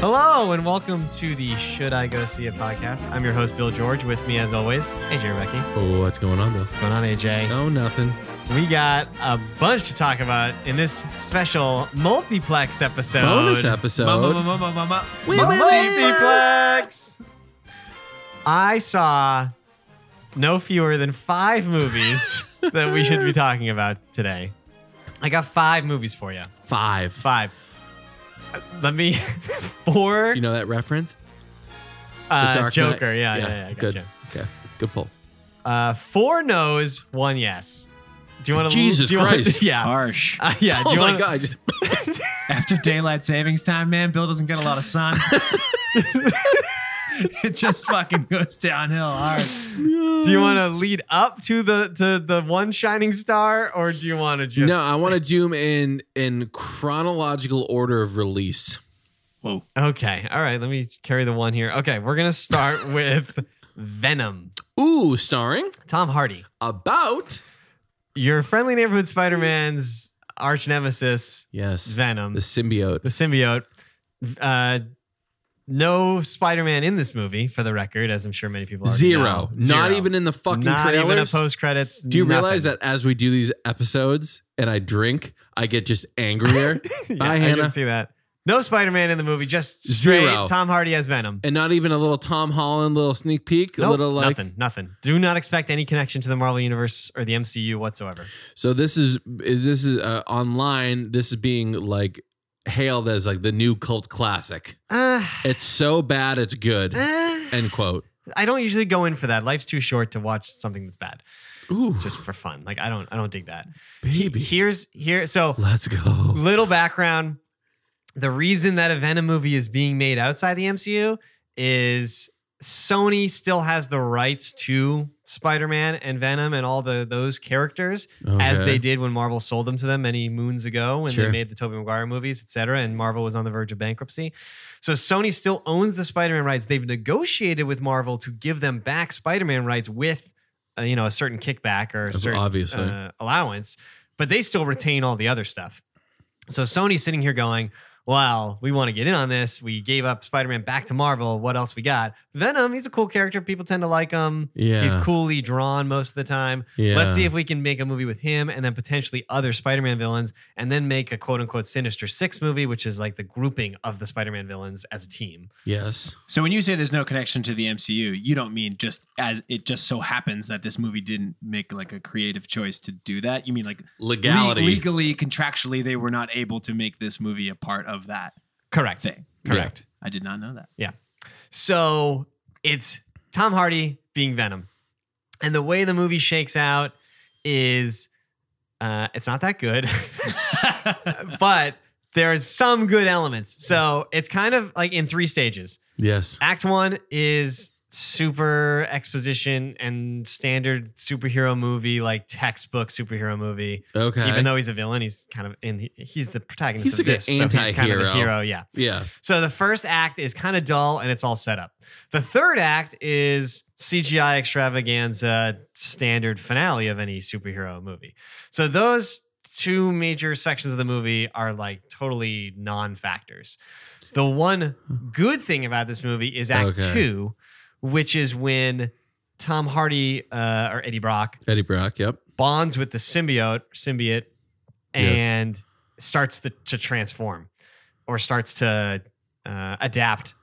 Hello and welcome to the Should I Go See It podcast. I'm your host Bill George. With me, as always, AJ Recky. What's Oh, what's going on, Bill? going on, AJ? No, nothing. We got a bunch to talk about in this special multiplex episode. Bonus episode. Wee, wee, wee. Multiplex. I saw no fewer than five movies that we should be talking about today. I got five movies for you. Five. Five. Let me four. Do you know that reference? uh, Dark Knight. Joker. Yeah, yeah, yeah. I good. gotcha. Okay. Good pull. Uh, four no's, one yes. Do you want to? Jesus do you wanna- Christ. yeah. Harsh. Uh, yeah. do oh you my wanna, god. After daylight savings time, man, Bill doesn't get a lot of sun. it just fucking goes downhill hard. Do you want to lead up to the to the one shining star, or do you want to just? No, I want to do them in in chronological order of release. Whoa. Okay. All right. Let me carry the one here. Okay. We're gonna start with Venom. Ooh, starring Tom Hardy, about your friendly neighborhood Spider-Man's arch nemesis, yes, Venom, the the symbiote. symbiote. Uh, no Spider-Man in this movie, for the record, as I'm sure many people already Zero. know. Zero. Not even in the fucking Not even a trailers. post credits. do you realize that as we do these episodes and I drink, I get just angrier? Bye, I Hannah. didn't see that. No Spider Man in the movie, just straight Zero. Tom Hardy as Venom. and not even a little Tom Holland little sneak peek, a Nope, little like nothing, nothing. Do not expect any connection to the Marvel Universe or the MCU whatsoever. So this is is this is uh, online. This is being like hailed as like the new cult classic. Uh, It's so bad, it's good. uh, End quote. I don't usually go in for that. Life's too short to watch something that's bad Ooh, just for fun. Like I don't, I don't dig that. baby, Here's here. So let's go. little background. The reason that a Venom movie is being made outside the MCU is Sony still has the rights to Spider-Man and Venom and all the those characters as they Okay. did when Marvel sold them to them many moons ago when they Sure. made the Tobey Maguire movies, et cetera, and Marvel was on the verge of bankruptcy. So Sony still owns the Spider-Man rights. They've negotiated with Marvel to give them back Spider-Man rights with, uh, you know, a certain kickback or a Ob- certain obviously. uh, allowance, but they still retain all the other stuff. So Sony's sitting here going, "Well, we want to get in on this. We gave up Spider-Man back to Marvel. What else we got? Venom. He's a cool character. People tend to like him. Yeah. He's coolly drawn most of the time." Yeah. Let's see if we can make a movie with him and then potentially other Spider Man villains, and then make a quote unquote Sinister Six movie, which is like the grouping of the Spider Man villains as a team. yes. So when you say there's no connection to the MCU, you don't mean just as it just so happens that this movie didn't make like a creative choice to do that. You mean like le- Legality. legally, contractually, they were not able to make this movie a part of that Correct. thing. Correct. I did not know that. So it's Tom Hardy being Venom. And the way the movie shakes out is uh, it's not that good. but there's some good elements. So it's kind of like in three stages. yes. Act one is super exposition and standard superhero movie, like textbook superhero movie. Okay. Even though he's a villain, he's kind of in. He's the protagonist. He's of like an this, so he's kind of the anti-hero. hero. Yeah. yeah. So the first act is kind of dull and it's all set up. The third act is CGI extravaganza standard finale of any superhero movie. So those two major sections of the movie are like totally non-factors. The one good thing about this movie is act Okay. 2, which is when Tom Hardy uh, or Eddie Brock Eddie Brock. Yep. bonds with the symbiote symbiote Yes. and starts to, to transform or starts to uh, adapt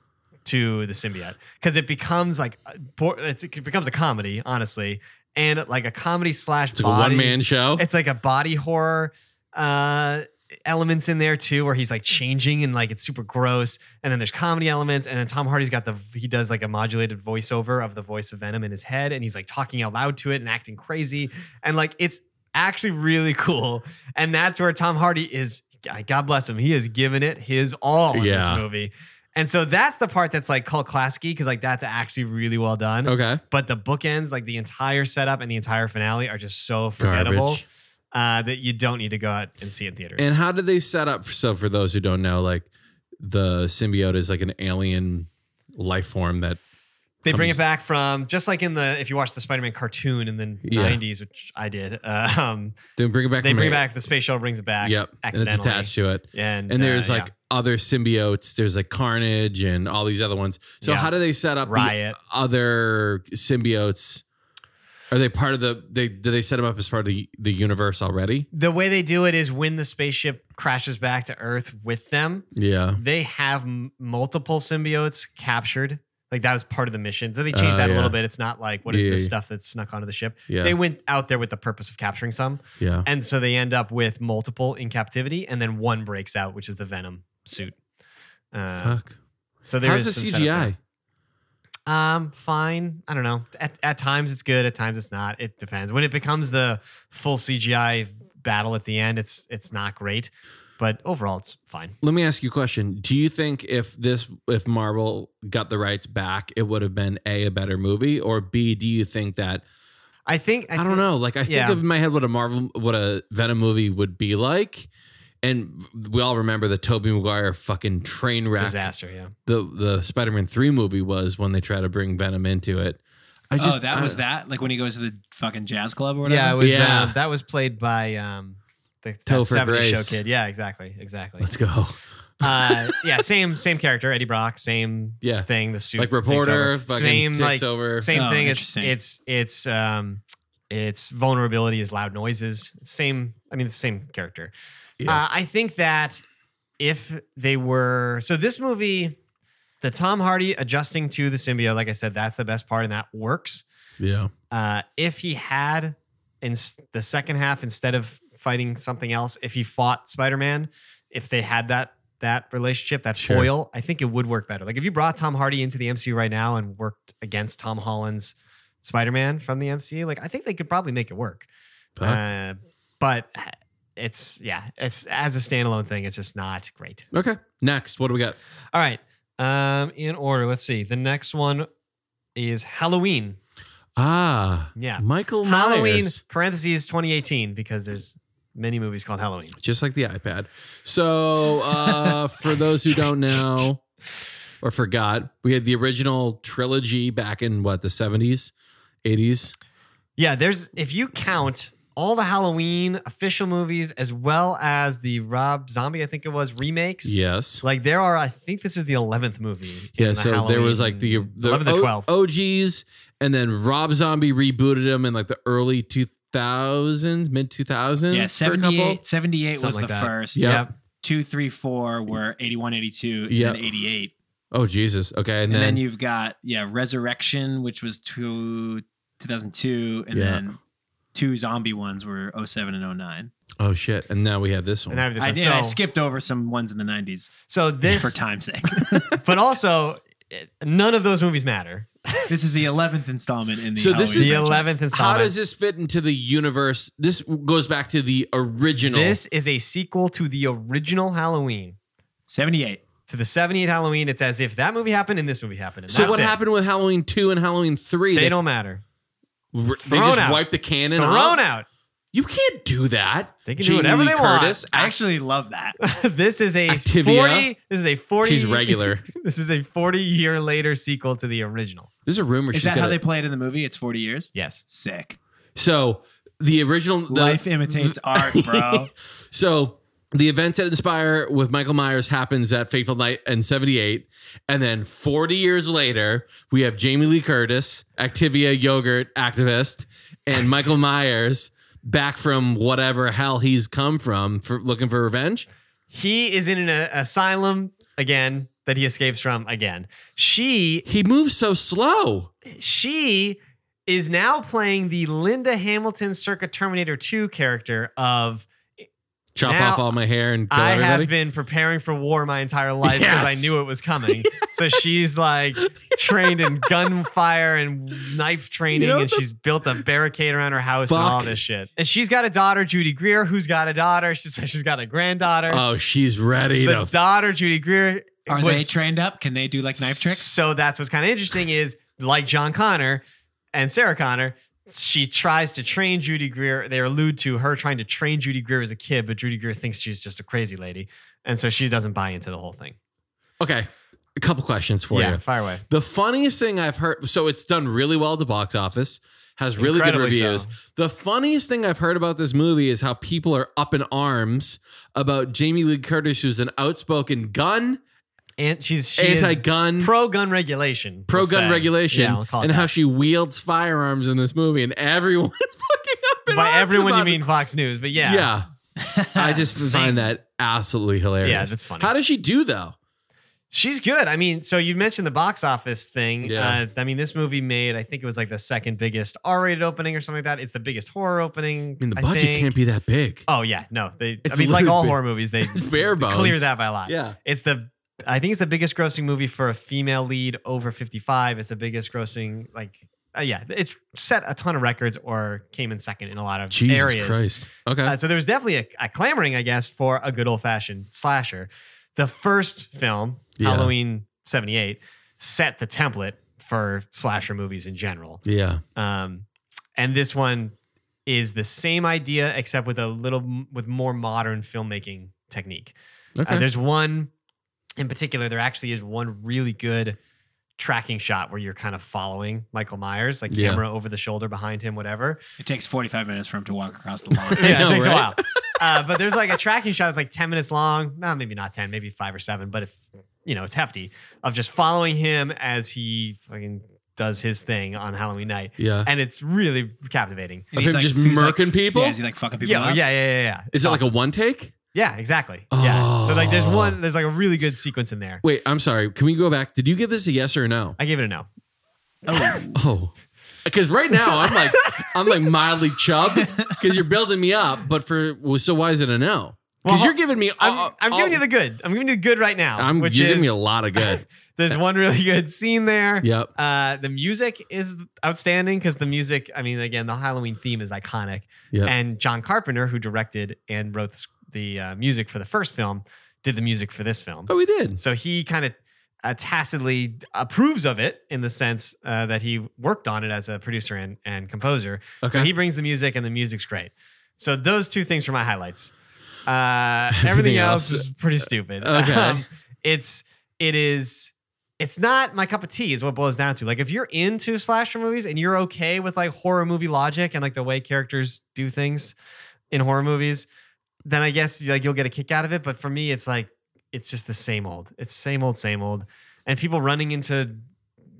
to the symbiote because it becomes like a- por- it's, it becomes a comedy honestly and like a comedy slash It's like a body, one man show. it's like a body horror uh elements in there too where he's like changing and like it's super gross and then there's comedy elements and then tom hardy's got the he does like a modulated voiceover of the voice of venom in his head and he's like talking out loud to it and acting crazy and like it's actually really cool and that's where tom hardy is god bless him he is giving it his all in Yeah. this movie and so that's the part that's like cult classicy because like that's actually really well done okay. but the bookends, like the entire setup and the entire finale, are just so forgettable Garbage. uh, that you don't need to go out and see it in theaters. And how did they set up? So for those who don't know, like the symbiote is like an alien life form that They bring it comes- back from just like in the if you watch the Spider-Man cartoon in the Yeah. '90s, which I did. Uh, um, They bring it back. they from bring a- it back the space shuttle brings it back. Yep, and it's accidentally. attached to it. And, And there's uh, like other symbiotes. There's like Carnage and all these other ones. So Yeah. how do they set yeah, up the riot. other symbiotes? Are they part of the? They do they set them up as part of the the universe already? The way they do it is when the spaceship crashes back to Earth with them, Yeah. they have m- multiple symbiotes captured. Like that was part of the mission. So they changed Oh, that a yeah. little bit. It's not like what is Yeah, this yeah. stuff that's snuck onto the ship. Yeah. They went out there with the purpose of capturing some. yeah. And so they end up with multiple in captivity, and then one breaks out, which is the Venom suit. Uh, Fuck. so there's How's the CGI? Um, fine. I don't know. At, at times it's good. At times it's not. It depends. When it becomes the full CGI battle at the end, it's it's not great. But overall, it's fine. Let me ask you a question. Do you think if this if Marvel got the rights back, it would have been a a better movie, or b do you think that I think. I, I, don't think- know. Like I yeah. think of in my head what a Marvel, what a Venom movie would be like, and we all remember the Tobey Maguire fucking train wreck. Disaster. Yeah. The the Spider Man three movie was when they tried to bring Venom into it. I just oh, that I- was that. Like when he goes to the fucking jazz club or whatever. Yeah. It was. Yeah. Uh, that was played by um, the that Topher 70s Grace. show kid. Yeah. Exactly. Exactly. Let's go. uh, yeah. Same. Same character. Eddie Brock. Same Yeah, thing. The suit. like takes reporter. over. Fucking Same. takes Like over. Same Oh, thing. It's interesting. it's it's um its vulnerability is loud noises. Same. I mean, it's the same character. Yeah. Uh, I think that if they were so this movie, the Tom Hardy adjusting to the symbiote, like I said, that's the best part, and that works. yeah, Uh, if he had in s- the second half instead of fighting something else, if he fought Spider Man, if they had that that relationship, that Sure. foil, I think it would work better. Like if you brought Tom Hardy into the MCU right now and worked against Tom Holland's Spider Man from the MCU, like I think they could probably make it work. Fuck. Uh, but it's yeah, it's as a standalone thing, it's just not great. okay. Next, what do we got? All right, um, in order, let's see. The next one is Halloween. Ah, Yeah. Michael Halloween Myers. parentheses 2018 because there's many movies called Halloween. just like the iPad. So, uh, for those who don't know or forgot, we had the original trilogy back in what the seventies, eighties. Yeah, there's if you count all the Halloween official movies as well as the Rob Zombie, I think it was remakes. Yes, Like there are, I think this is the eleventh movie. in yeah. the So there was like the oh, Halloween- the eleventh or O- twelfth. OGs, and then Rob Zombie rebooted them in like the early two thousands, mid two thousands. Yeah, 78, 78 was Something the like that. first. Yeah. Yep. Two, three, four were 81, 82, and Yeah. then 88. Oh Jesus. Okay, and, And, then, then, you've got, yeah, Resurrection, which was two, 2002. And Yeah. then two zombie ones were 07 and 09. oh shit, and now we have this one. And I have this I one. did. so, I skipped over some ones in the 90s so for this, time's sake. but also it- none of those movies matter. this is the 11th installment in the So this Halloween The is- franchise. eleventh installment. How does this fit into the universe? This goes back to the original. this is a sequel to the original Halloween. 78. to the 78 Halloween, it's as if that movie happened and this movie happened. And So that's what it. happened with Halloween two and Halloween three? They don't matter. r- They thrown just out. wiped the canon. Thrown off? out. You can't do that. They can do whatever they want. I Actually, actually love that. this is a Activia. 40. This is a 40. she's regular. This is a 40 year later sequel to the original. There's a rumor. Is she's that gonna, how they play it in the movie? It's 40 years? Yes. Sick. So the original the, Life imitates art, bro. So the events that inspire with Michael Myers happens that fateful night in '78, and then 40 years later, we have Jamie Lee Curtis, Activia yogurt activist, and Michael Myers back from whatever hell he's come from for looking for revenge. He is in an uh, asylum again that he escapes from again. She He moves so slow. she is now playing the Linda Hamilton circa Terminator 2 character of Chop Now, off all my hair and kill I everybody. have been preparing for war my entire life because Yes. I knew it was coming. So she's like trained in gunfire and knife training, You know and the- she's built a barricade around her house and all Fuck. this shit. And she's got a daughter, Judy Greer, who's got a daughter. She says she's got a granddaughter. oh, she's ready the to. daughter, Judy Greer, Are was- they trained up? Can they do like knife tricks? So that's what's kind of interesting is like John Connor and Sarah Connor. She tries to train Judy Greer. They allude to her trying to train Judy Greer as a kid, but Judy Greer thinks she's just a crazy lady. And so she doesn't buy into the whole thing. okay, a couple questions for yeah, you. fire away. The funniest thing I've heard, so it's done really well at the box office, has really Incredibly good reviews. so. The funniest thing I've heard about this movie is how people are up in arms about Jamie Lee Curtis, who's an outspoken gun, And she's she is anti-gun, pro gun regulation. pro we'll gun say. regulation, Yeah, we'll call it and that. how she wields firearms in this movie, and everyone's fucking up in by arms everyone you about it. mean Fox News, but yeah. yeah. I just find that absolutely hilarious. Yeah, that's funny. How does she do though? She's good. I mean, so you mentioned the box office thing. Yeah. Uh, I mean, this movie made, I think it was like the second biggest R rated opening or something like that. It's the biggest horror opening. I mean, the budget think. can't be that big. Oh, yeah. No. They, I It's mean, like all literally- horror movies, they It's bare bones. clear that by a lot. Yeah. It's the, I think it's the biggest grossing movie for a female lead over 55. It's the biggest grossing, like, uh, yeah, it's set a ton of records or came in second in a lot of Jesus areas. Christ. Okay. Uh, so there was definitely a, a clamoring, I guess, for a good old fashioned slasher. The first film, Yeah. Halloween 78, set the template for slasher movies in general. yeah. Um, and this one is the same idea, except with a little m- with more modern filmmaking technique. Okay. Uh, there's one in particular, there actually is one really good tracking shot where you're kind of following Michael Myers, like Yeah. camera over the shoulder behind him, whatever. It takes 45 minutes for him to walk across the lawn. Yeah, know, it takes a while. right? Uh, but there's like a tracking shot that's like 10 minutes long. No, maybe not 10, maybe five or seven, but if you know, it's hefty of just following him as he fucking does his thing on Halloween night. yeah. And it's really captivating. And Of he's him just he's murking people? Yeah, is he like fucking people Yeah, oh, up? yeah, yeah, yeah, yeah. Is it like a one take? Yeah, exactly. Yeah. So like there's Oh. one, there's like a really good sequence in there. Wait, I'm sorry. Can we go back? Did you give this a yes or a no? I gave it a no. Oh, Oh. Because right now I'm like I'm like mildly chubbed because you're building me up, but for well, so why is it a no? Because Well, you're giving me I'm, all- I'm all- giving you the good. I'm giving you the good right now. uh, I'm which you're giving is, me a lot of good. There's one really good scene there. Yep. Uh, the music is outstanding because the music, I mean, again, the Halloween theme is iconic. Yeah. And John Carpenter, who directed and wrote the, the uh, music for the first film, did the music for this film. oh, we did. So he kind of uh, tacitly approves of it in the sense uh, that he worked on it as a producer and, and composer. Okay. So he brings the music, and the music's great. So those two things were my highlights. Uh, everything, Everything else else- is uh, pretty stupid. Um, Okay. it's it is it's not my cup of tea. Is what it boils down to. Like if you're into slasher movies and you're okay with like horror movie logic and like the way characters do things in horror movies, then I guess like you'll get a kick out of it. But for me, it's like it's just the same old. It's same old, same old. And people running into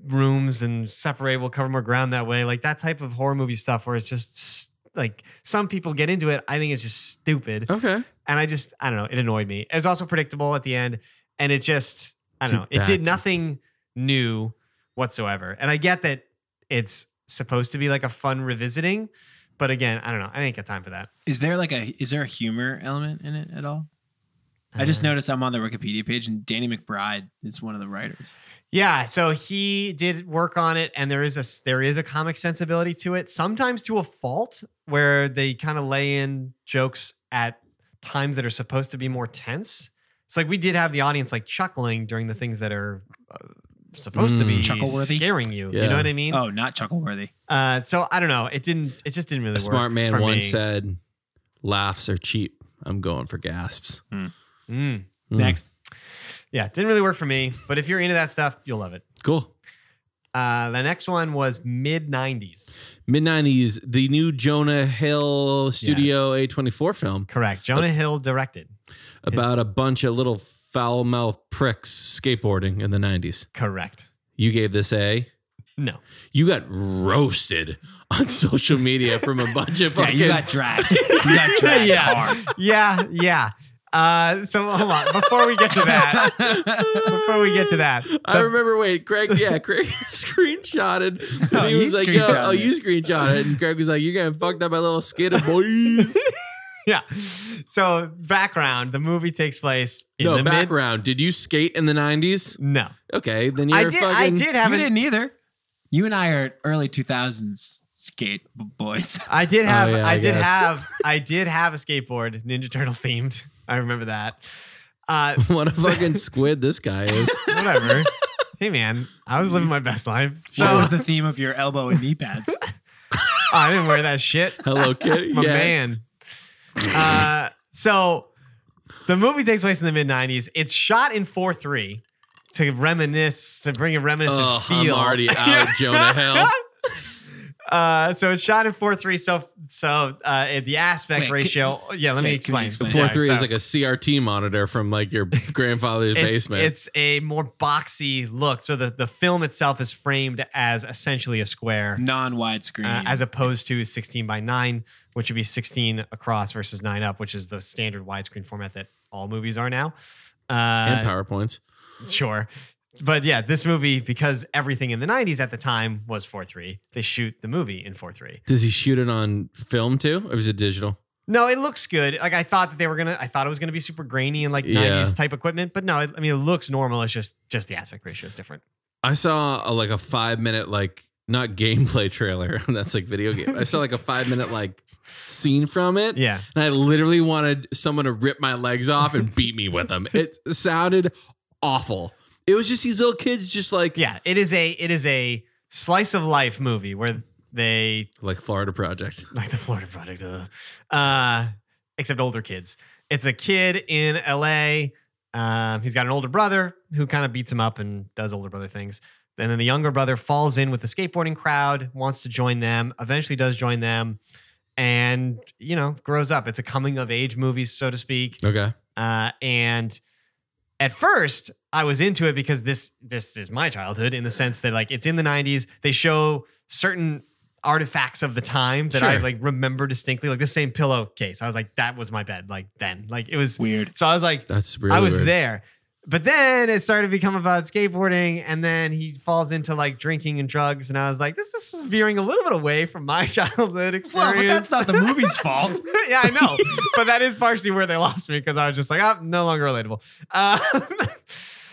rooms and separate will cover more ground that way. Like that type of horror movie stuff where it's just s- like some people get into it. I think it's just stupid. okay. And I just I don't know. It annoyed me. It was also predictable at the end, and it just I don't Too know. It did bad. nothing new whatsoever. And I get that it's supposed to be like a fun revisiting, but again, I don't know. I ain't got time for that. is there like a is there a humor element in it at all? I just Uh, noticed I'm on the Wikipedia page and Danny McBride is one of the writers. Yeah, so he did work on it, and there is a there is a comic sensibility to it, sometimes to a fault, where they kind of lay in jokes at times that are supposed to be more tense. It's like we did have the audience like chuckling during the things that are uh, supposed to Mm. be Chuckle-worthy? scaring you. You Yeah. know what I mean? Oh, not chuckleworthy. Uh, so I don't know. It didn't. It just didn't really. A work smart man for once me. said, "Laughs are cheap. I'm going for gasps." Mm. Mm. Next. Yeah, didn't really work for me. But if you're into that stuff, you'll love it. Cool. Uh, the next one was mid '90s. Mid '90s, the new Jonah Hill Studio A24 film Correct. Jonah Hill directed. about a bunch of little foul mouthed pricks skateboarding in the '90s. Correct. You gave this a. No. You got roasted on social media from a bunch of Yeah, fucking. you got dragged. You got dragged Yeah. hard. yeah, yeah. Uh, so hold on. Before we get to that, before we get to that, I the- remember. Wait, Greg. Yeah, Greg screenshotted. No, and he you was like, "Yo, screenshotted oh, it. you screenshotted." And Greg was like, "You're getting fucked up by little skater boys." yeah. So background: the movie takes place in no the mid. background. Did you skate in the '90s? No, Okay, then you're I did. fucking. I did have you an. didn't either. You and I are early 2000s skate b- boys. I did have. Oh, yeah, I, I did guess. have. I did have a skateboard, Ninja Turtle themed. I remember that. Uh, What a fucking squid this guy is. whatever. hey man, I was living my best life. So what was the theme of your elbow and knee pads? I didn't wear that shit. Hello Kitty. my yeah. man. Uh, so the movie takes place in the mid 90s. It's shot in 4 3. to reminisce, to bring a reminiscent Oh, I'm feel. already out, Jonah Hill. Uh, so it's shot in four three. So so uh, the aspect Wait, can- ratio. yeah, let me yeah, can you explain. explain? Four Yeah, three so is like a CRT monitor from like your grandfather's it's, basement. It's a more boxy look. So the the film itself is framed as essentially a square. non widescreen. uh, as opposed to 16 by 9, which would be 16 across versus 9 up, which is the standard widescreen format that all movies are now. and Uh, PowerPoints. sure. But yeah, this movie, because everything in the 90s at the time was 4 3, they shoot the movie in 4 3. Does he shoot it on film too, or is it digital? No, it looks good. Like I thought that they were gonna, I thought it was gonna be super grainy and like Yeah. 90s type equipment, but no, it, I mean it looks normal. It's just just the aspect ratio is different. I saw a, like a five minute like not gameplay trailer. That's like video game. I saw like a five minute like scene from it. Yeah, And I literally wanted someone to rip my legs off and beat me with them. It sounded awful. It was just these little kids, just like yeah. It is a it is a slice of life movie where they like Florida Project. like the Florida Project, uh, uh, except older kids. It's a kid in LA. Um, he's got an older brother who kind of beats him up and does older brother things. And then the younger brother falls in with the skateboarding crowd, wants to join them, eventually does join them, and you know grows up. It's a coming of age movie, so to speak. Okay. Uh, and at first, I was into it because this this is my childhood in the sense that like it's in the '90s. They show certain artifacts of the time that I Sure. like remember distinctly, like the same pillowcase. I was like, that was my bed, like then, like it was. Weird. So I was like, That's really I was weird. there. But then it started to become about skateboarding, and then he falls into like drinking and drugs, and I was like, this is veering a little bit away from my childhood experience. Well, but that's not the movie's fault. yeah, I know. but that is partially where they lost me because I was just like, oh, no longer relatable. Uh,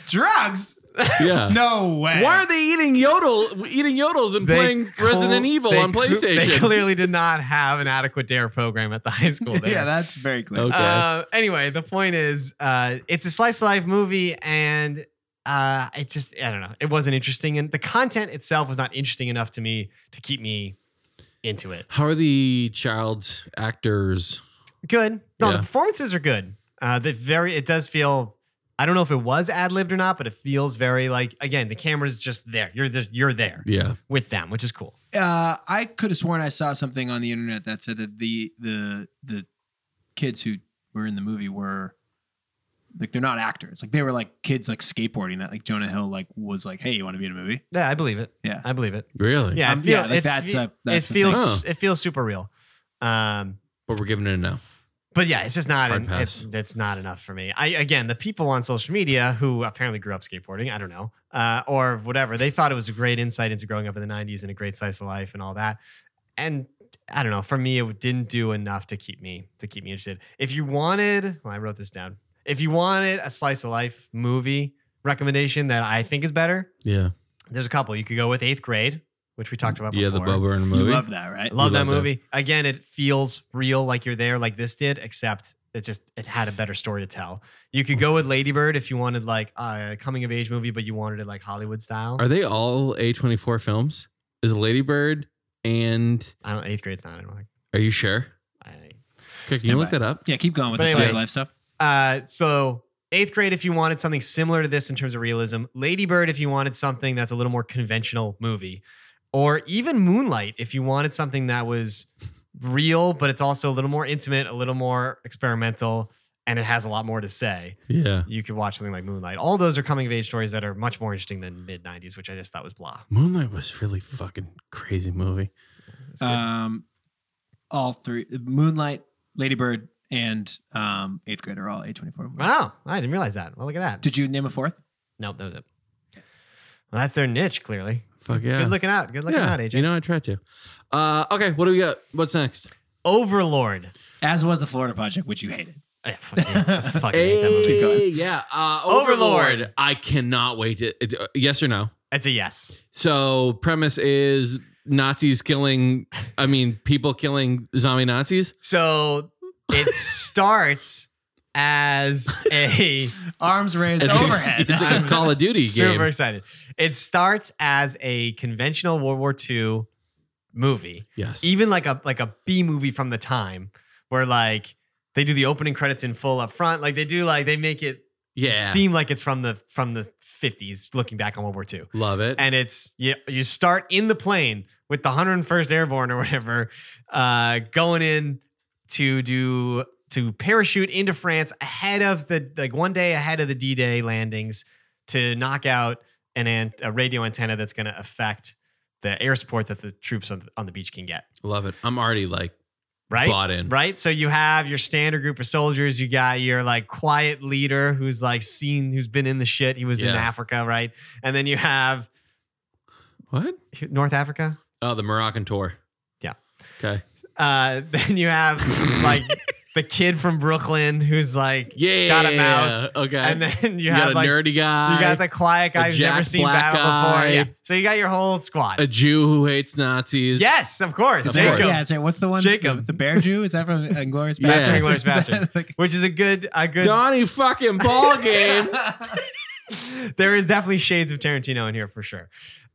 Drugs? Yeah. No way. Why are they eating yodel, eating yodels and they playing Resident cl- Evil they on cl- They PlayStation? clearly did not have an adequate DARE program at the high school there. yeah, that's very clear. Oh, Okay. Uh, anyway, the point is, uh, it's a slice of life movie, and uh, it just, I don't know, it wasn't interesting. And the content itself was not interesting enough to me to keep me into it. How are the child actors? Good. No, Yeah. the performances are good. Uh, the very, it does feel. I don't know if it was ad libbed or not, but it feels very like again the camera's just there. You're just, you're there Yeah. with them, which is cool. Uh, I could have sworn I saw something on the internet that said that the the the kids who were in the movie were like they're not actors. Like they were like kids like skateboarding that like Jonah Hill like was like, "Hey, you want to be in a movie?" Yeah, I believe it. Yeah. I believe it. Really? Yeah, Um, I feel, yeah, like it, that's fe- a- that's it a thing. feels Huh. it feels super real. Um, But we're giving it a no. but yeah, it's just not Hard an, pass. it's it's not enough for me. I again, the people on social media who apparently grew up skateboarding, I don't know, uh, or whatever, they thought it was a great insight into growing up in the '90s and a great slice of life and all that. And I don't know, for me, it didn't do enough to keep me to keep me interested. If you wanted, well, I wrote this down. If you wanted a slice of life movie recommendation that I think is better, Yeah. there's a couple. You could go with Eighth Grade, which we talked about. Yeah, the before. Bo Burnham You movie. love that, right? Love We that love that. movie. Again, it feels real, like you're there, like this did, except it just it had a better story to tell. You Mm. could go with Ladybird if you wanted like a coming of age movie, but you wanted it like Hollywood style. Are they all A24 films? Is Ladybird and I don't. Eighth grade's not. I don't think. Are you sure? I, Okay, can Stand you by. look it up? Yeah, keep going with But the anyway. slice of life stuff. Uh, so eighth grade, if you wanted something similar to this in terms of realism, Ladybird, if you wanted something that's a little more conventional movie, or even Moonlight, if you wanted something that was real, but it's also a little more intimate, a little more experimental, and it has a lot more to say. Yeah. You could watch something like Moonlight. All those are coming of age stories that are much more interesting than mid '90s, which I just thought was blah. Moonlight was really fucking crazy movie. It's good. Um, all three: Moonlight, Ladybird, and um, Eighth Grade are all A twenty four. wow, I didn't realize that. Well, look at that. Did you name a fourth? nope, that was it. Well, that's their niche, clearly. Fuck yeah. Good looking out. Good looking yeah. out, AJ. You know, I tried to. Uh, okay, what do we got? What's next? Overlord. As was the Florida Project, which you hated. I fucking hate, I fucking hate that movie. going. yeah. Uh, Overlord. Overlord. I cannot wait. To, it- uh, yes or no? It's a yes. So, premise is Nazis killing, I mean, people killing zombie Nazis. So it starts as a Arms raised It's like- overhead. it's like a Call of Duty super game. excited. It starts as a conventional World War II movie. Yes. even like a like a B movie from the time where like they do the opening credits in full up front. Like they do like they make it yeah. seem like it's from the from the 50s looking back on World War II. Love it. And it's you, you start in the plane with the 101st Airborne or whatever, uh, going in to do to parachute into France ahead of the like one day ahead of the D-Day landings to knock out an ant, a radio antenna that's going to affect the air support that the troops on the, on the beach can get. Love it. I'm already like Right. bought in. Right. So you have your standard group of soldiers. You got your like quiet leader who's like seen, who's been in the shit. He was in Yeah. Africa, right? And then you have What? North Africa. Oh, the Moroccan tour. Yeah. Okay. Uh, then you have like the kid from Brooklyn who's like Yeah. got a mouth, Okay. and then you, you got have a like nerdy guy. you got the quiet guy who's Jack never seen Black battle guy. before. Yeah. So you got your whole squad. a Jew who hates Nazis. yes, of course, Of Jacob. course. Yeah, so what's the one? Jacob. The, the bear Jew? Is that from Inglorious Yeah. That's from Inglourious Basterds. Which is a good, a good. Donnie fucking ball game. there is definitely shades of Tarantino in here for sure.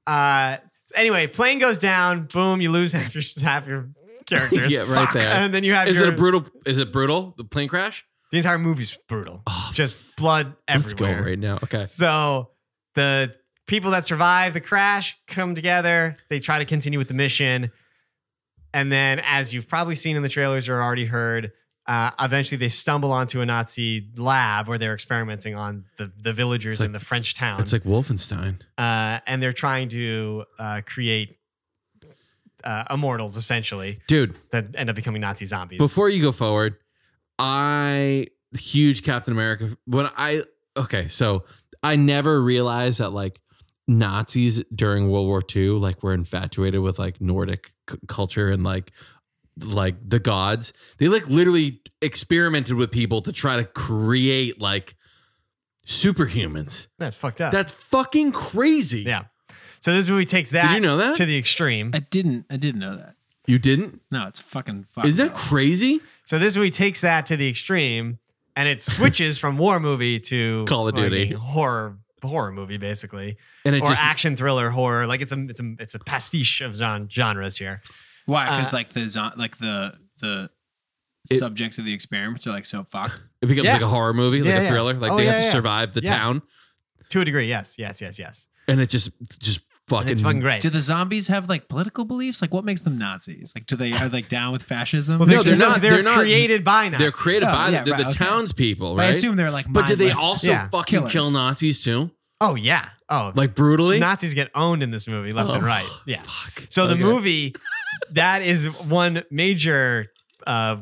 Uh, anyway, plane goes down. Boom, you lose half your half your characters. Yeah, right Fuck. there. And then you have is your, it a brutal? Is it brutal? The plane crash. the entire movie's brutal. Just blood Oh, Let's go everywhere. right now. Okay. So the people that survive the crash come together. They try to continue with the mission. And then, as you've probably seen in the trailers or already heard, uh, eventually they stumble onto a Nazi lab where they're experimenting on the, the villagers It's in the French town. It's like Wolfenstein. uh, and they're trying to uh, create uh, immortals, essentially, Dude, that end up becoming Nazi zombies. before you go forward, I huge Captain America when I okay, so I never realized that like Nazis during World War II like were infatuated with like Nordic c- culture and like like the gods. They like literally experimented with people to try to create like superhumans. That's fucked up. That's fucking crazy. yeah. So this movie takes that, Did you know that? to the extreme. I didn't. I didn't know that. You didn't? No, it's fucking. fucked Is that up. crazy? So this movie takes that to the extreme, and it switches from war movie to Call of Duty. fucking horror horror movie basically, And it or just action thriller horror. Like it's a it's a it's a pastiche of gen- genres here. Why? Because Uh, like the zo- like the the It- subjects of the experiments are like so fucked. it becomes Yeah. like a horror movie, like Yeah, a yeah. thriller. Like Oh, they yeah, have to yeah. survive the Yeah. town. To a degree, yes, yes, yes, yes. and it just just fucking, And it's fucking great. Do the zombies have like political beliefs? Like, what makes them Nazis? Like, do they are like down with fascism? Well, No, there's they're no- not- They're, they're not- created by Nazis. they're created Oh, by yeah, the, right, the okay. townspeople, But right? I assume they're like. but did they mindless. also Yeah. fucking Killers. kill Nazis too? Oh yeah. Oh, Like brutally? Nazis get owned in this movie left and Oh, right. Yeah. Fuck. So the Okay. movie, that is one major uh,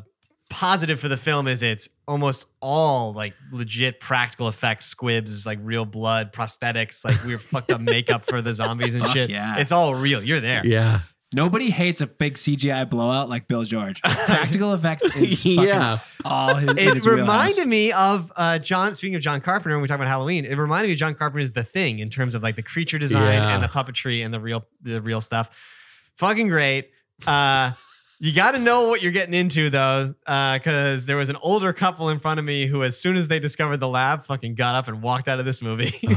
positive for the film is it's almost all like legit practical effects, squibs, like real blood, prosthetics, like we're fucked up makeup for the zombies and Fuck shit. yeah. It's all real. You're there. Yeah. Nobody hates a big CGI blowout like Bill George. Practical effects is fucking yeah. all his. in It his wheelhouse. reminded me of uh, John. Speaking of John Carpenter, when we talk about Halloween, it reminded me of John Carpenter's The Thing in terms of like the creature design Yeah. and the puppetry and the real the real stuff. Fucking great. Uh, you got to know what you're getting into though, because there was an older couple in front of me who, as soon as they discovered the lab, fucking got up and walked out of this movie.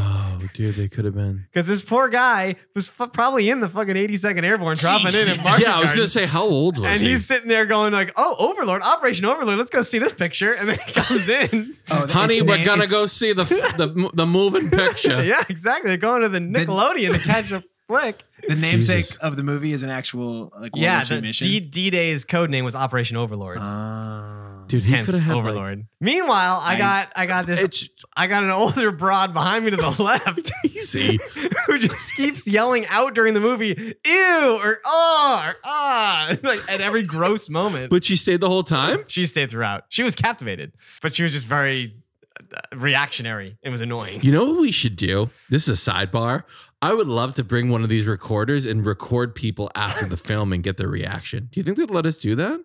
Oh, dude, they could have been. Because this poor guy was fu- probably in the fucking 82nd Airborne, dropping in Jesus. at Market yeah, I was Garden. gonna say, how old was And he? he's sitting there going like, "Oh, Overlord, Operation Overlord. Let's go see this picture." And then he comes in. Oh, Honey, it's we're na- gonna it's- go see the the, the moving picture. yeah, exactly. They're going to the Nickelodeon to catch a flick. The namesake Jesus. of the movie is an actual like World Yeah, War II the mission. D D Day's code name was Operation Overlord. Ah. Dude, Uh, he could Hence have had like, Overlord. Meanwhile, I I- got I got this it's I got an older broad behind me to the left easy. who just keeps yelling out during the movie, ew or ah or ah like at every gross moment. But she stayed the whole time? she stayed throughout. She was captivated, but she was just very uh, reactionary. It was annoying. You know what we should do? This is a sidebar. I would love to bring one of these recorders and record people after the film and get their reaction. Do you think they'd let us do that?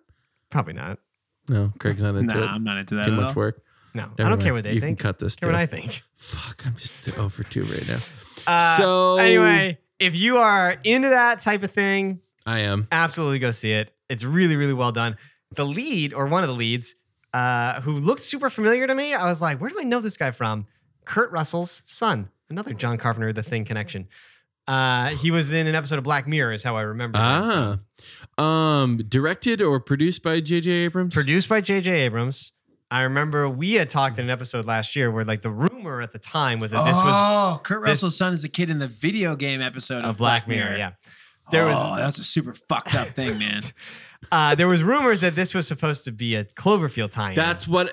Probably not. No, Craig's not into Nah, it. I'm not into that Too at much all. work. No, I Never don't care mind. what they you think. Can cut this. I care what too. I think. Fuck, I'm just over two right now. Uh, so anyway, if you are into that type of thing, I am. absolutely go see it. It's really, really well done. The lead, or one of the leads, uh, who looked super familiar to me, I was like, where do I know this guy from? Kurt Russell's son, another John Carpenter, The Thing connection. Uh, he was in an episode of Black Mirror, is how I remember. him. Ah, um, directed or produced by J.J. Abrams. Produced by J.J. Abrams. I remember we had talked in an episode last year where like the rumor at the time was that this was oh, Kurt Russell's son is a kid in the video game episode of Black Mirror. Yeah. There oh, was that's a super fucked up thing, man. uh, there was rumors that this was supposed to be a Cloverfield tie-in. That's what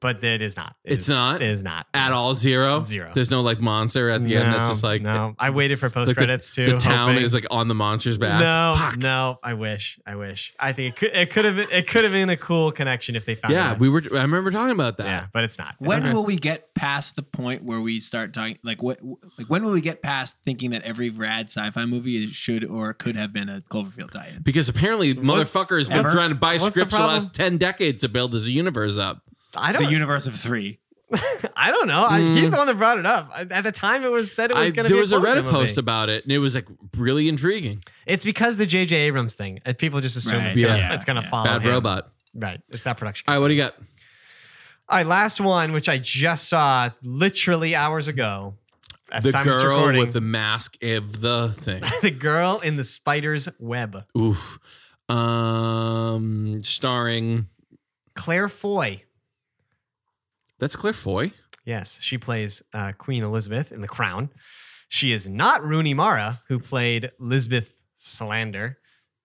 but it is not. It It's is- not? It is not at all zero. Zero. There's no like monster at the end. That's No, just like no. I waited for post the- credits too. the town hoping- is like on the monster's back. No, no. I wish. I wish. I think it could. It could have. Been, it could have been a cool connection if they found. Yeah, that. we were. I remember talking about that. Yeah, but it's not. When will we get past the point where we start talking like what like when will we get past thinking that every rad sci-fi movie is- should or could have been a Cloverfield tie-in? Because apparently, What's- motherfucker has been Ever? trying to buy What's the scripts the, problem? last ten decades to build this universe up. I The don't. universe of three. I don't know. I, he's Mm. the one that brought it up. I- At the time, it was said it I, was going to there be. was a Cloverfield Reddit movie. post about it, and it was like really intriguing. It's because the J.J. Abrams thing. Uh, People just assume Right. it's gonna, Yeah. it's gonna Yeah. follow Bad him. robot. Right. It's that production. All right, what do you got? All right. Last one, which I just saw literally hours ago. At the time of this girl recording. with the mask of the thing. the girl in the spider's web. Oof. Um, starring Claire Foy. that's Claire Foy. Yes, she plays uh, Queen Elizabeth in The Crown. She is not Rooney Mara, who played Lisbeth Salander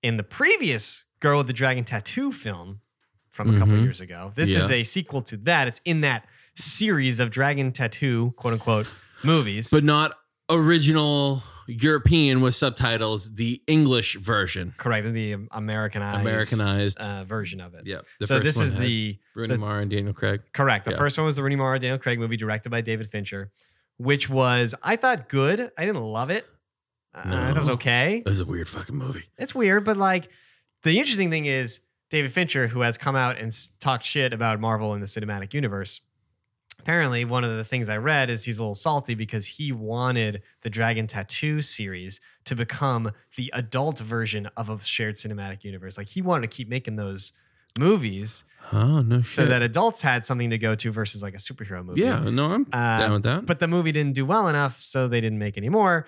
in the previous Girl with the Dragon Tattoo film from a couple Mhm. years ago. This is Yeah. a sequel to that. It's in that series of Dragon Tattoo, quote unquote, movies. but not original European with subtitles, the English version. correct, the um, Americanized, Americanized. uh, version of it. Yeah. so this is the Rooney the- Mara and Daniel Craig. Correct. The Yeah. first one was the Rooney Mara Daniel Craig movie directed by David Fincher, which was I thought good. I didn't love it. Uh, I thought it was No. okay. It was a weird fucking movie. It's weird, but like the interesting thing is David Fincher, who has come out and s- talked shit about Marvel and the cinematic universe. Apparently, one of the things I read is he's a little salty because he wanted the Dragon Tattoo series to become the adult version of a shared cinematic universe. Like he wanted to keep making those movies Oh no shit. so that adults had something to go to versus like a superhero movie. yeah, no, I'm Uh, down with that. But the movie didn't do well enough, so they didn't make any more.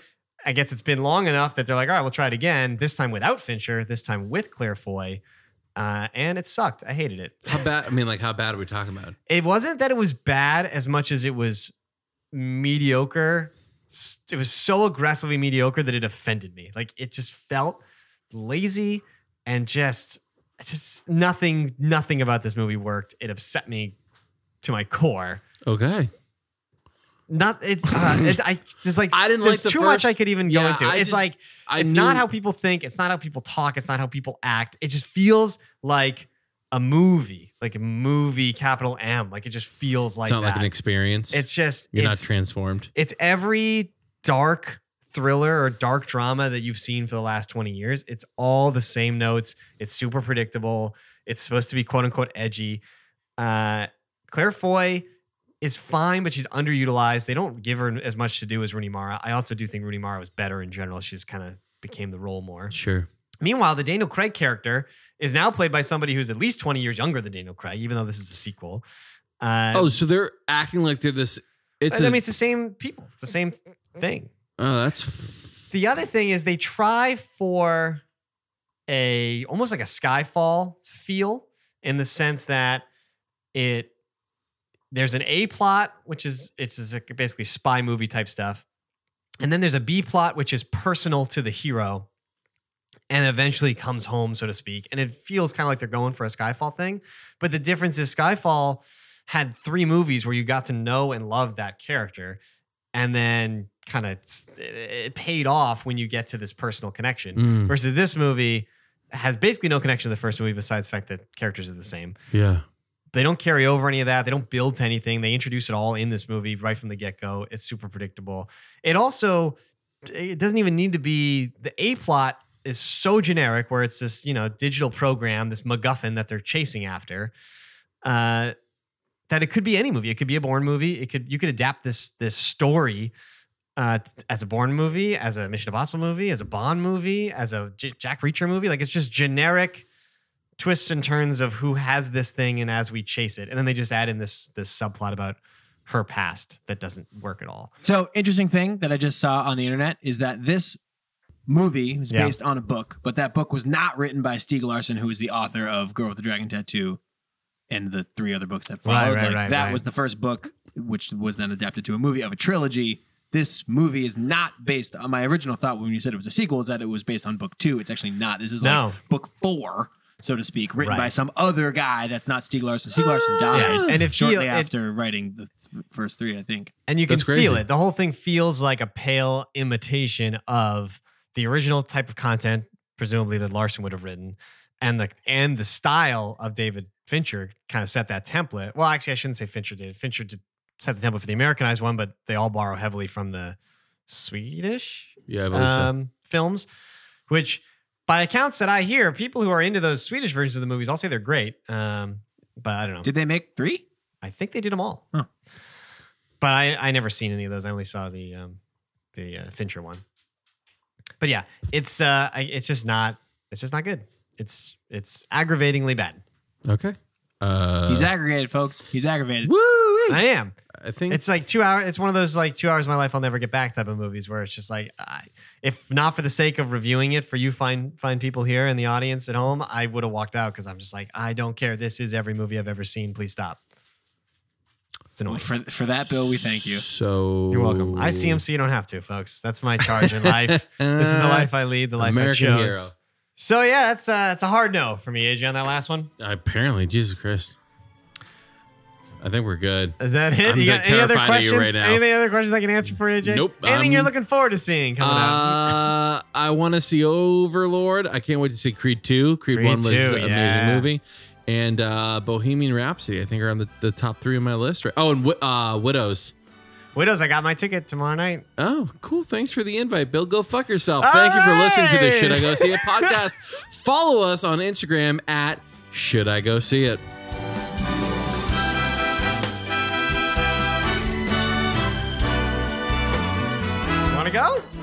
I guess it's been long enough that they're like, all right, we'll try it again. This time without Fincher, this time with Claire Foy. Uh, and it sucked. I hated it. how bad? I mean, like, how bad are we talking about? It wasn't that it was bad as much as it was mediocre. S- It was so aggressively mediocre that it offended me. Like it just felt lazy and just just nothing nothing about this movie worked. It upset me to my core. Okay. Not it's uh, it, I there's like I didn't like there's the too first- much I could even Yeah, go into. I it's just- like I it's knew- not how people think. It's not how people talk. It's not how people act. It just feels like a movie, like a movie, capital M. Like it just feels like it's not that. like an experience. it's just You're it's, not transformed. it's every dark thriller or dark drama that you've seen for the last 20 years. It's all the same notes. It's super predictable. It's supposed to be quote unquote edgy. Uh, Claire Foy is fine, but she's underutilized. They don't give her as much to do as Rooney Mara. I also do think Rooney Mara was better in general. She's kind of became the role more. Sure. Meanwhile, the Daniel Craig character is now played by somebody who's at least 20 years younger than Daniel Craig, even though this is a sequel. Uh, oh, so they're acting like they're this. It's. I a- mean, it's the same people. It's the same thing. oh, that's. f- The other thing is they try for a almost like a Skyfall feel in the sense that it there's an A plot which is it's is like basically spy movie type stuff. And then there's a B plot which is personal to the hero and eventually comes home so to speak. And it feels kind of like they're going for a Skyfall thing, but the difference is Skyfall had three movies where you got to know and love that character and then kind of it paid off when you get to this personal connection Mm, versus this movie has basically no connection to the first movie besides the fact that characters are the same yeah. they don't carry over any of that they don't build to anything they introduce it all in this movie right from the get-go it's super predictable it also it doesn't even need to be the a plot is so generic where it's this you know digital program this macguffin that they're chasing after uh that it could be any movie it could be a born movie it could you could adapt this this story uh, t- as a Bourne movie, as a Mission Impossible movie, as a Bond movie, as a J- Jack Reacher movie. Like it's just generic twists and turns of who has this thing and as we chase it, and then they just add in this this subplot about her past that doesn't work at all. So interesting thing that I just saw on the internet is that this movie was Yeah. based on a book, but that book was not written by Stieg Larsson, who is the author of Girl with the Dragon Tattoo and the three other books that Right, followed. right, like, right, that right. was the first book, which was then adapted to a movie of a trilogy. This movie is not based on my original thought when you said it was a sequel, is that it was based on book two. It's actually not. This is No. like book four, so to speak, written Right. by some other guy that's not Stieg Larsson. Stieg Larsson died Yeah, and if he- shortly if- after writing the th- first three, I think. and you can That's feel crazy. it. The whole thing feels like a pale imitation of the original type of content, presumably that Larson would have written, and the and the style of David Fincher kind of set that template. Well, actually, I shouldn't say Fincher did. Fincher did set the template for the Americanized one, but they all borrow heavily from the Swedish Yeah, I believe so. um, films, which by accounts that I hear, people who are into those Swedish versions of the movies all say they're great. Um, but I don't know. Did they make three? I think they did them all. Huh. But I, I never seen any of those. I only saw the um, the uh, Fincher one. But yeah, it's uh, I- it's just not it's just not good. It's it's aggravatingly bad. Okay. Uh, He's aggravated, folks. He's aggravated. Woo! I am. I think It's like two hours. It's one of those like two hours of my life I'll never get back type of movies where it's just like, I, if not for the sake of reviewing it for you fine fine people here in the audience at home, I would have walked out because I'm just like, I don't care. This is every movie I've ever seen. Please stop. It's annoying. For, for that, Bill, we thank you. So You're welcome. I see him, so you don't have to, folks. That's my charge in life. this is Uh, the life I lead, the life American I hero. chose. So yeah, that's uh, that's a hard no for me, AJ, on that last one. Apparently, Jesus Christ. I think we're good. Is that it? I'm you like got any other terrified of questions? you right now. Any other questions I can answer for you, AJ? Nope, Anything you're I'm- looking forward to seeing coming out? Uh, I want to see Overlord. I can't wait to see Creed 2. Creed, Creed 1 was 2, an amazing yeah. movie. And uh, Bohemian Rhapsody, I think, are on the, the top three on my list. Right? Oh, and Wi- uh, Widows. Widows, I got my ticket tomorrow night. Oh, cool. Thanks for the invite, Bill. Go fuck yourself. Thank you for listening to this Should I Go See It podcast. Follow us on Instagram at Should I Go See It. Want to go?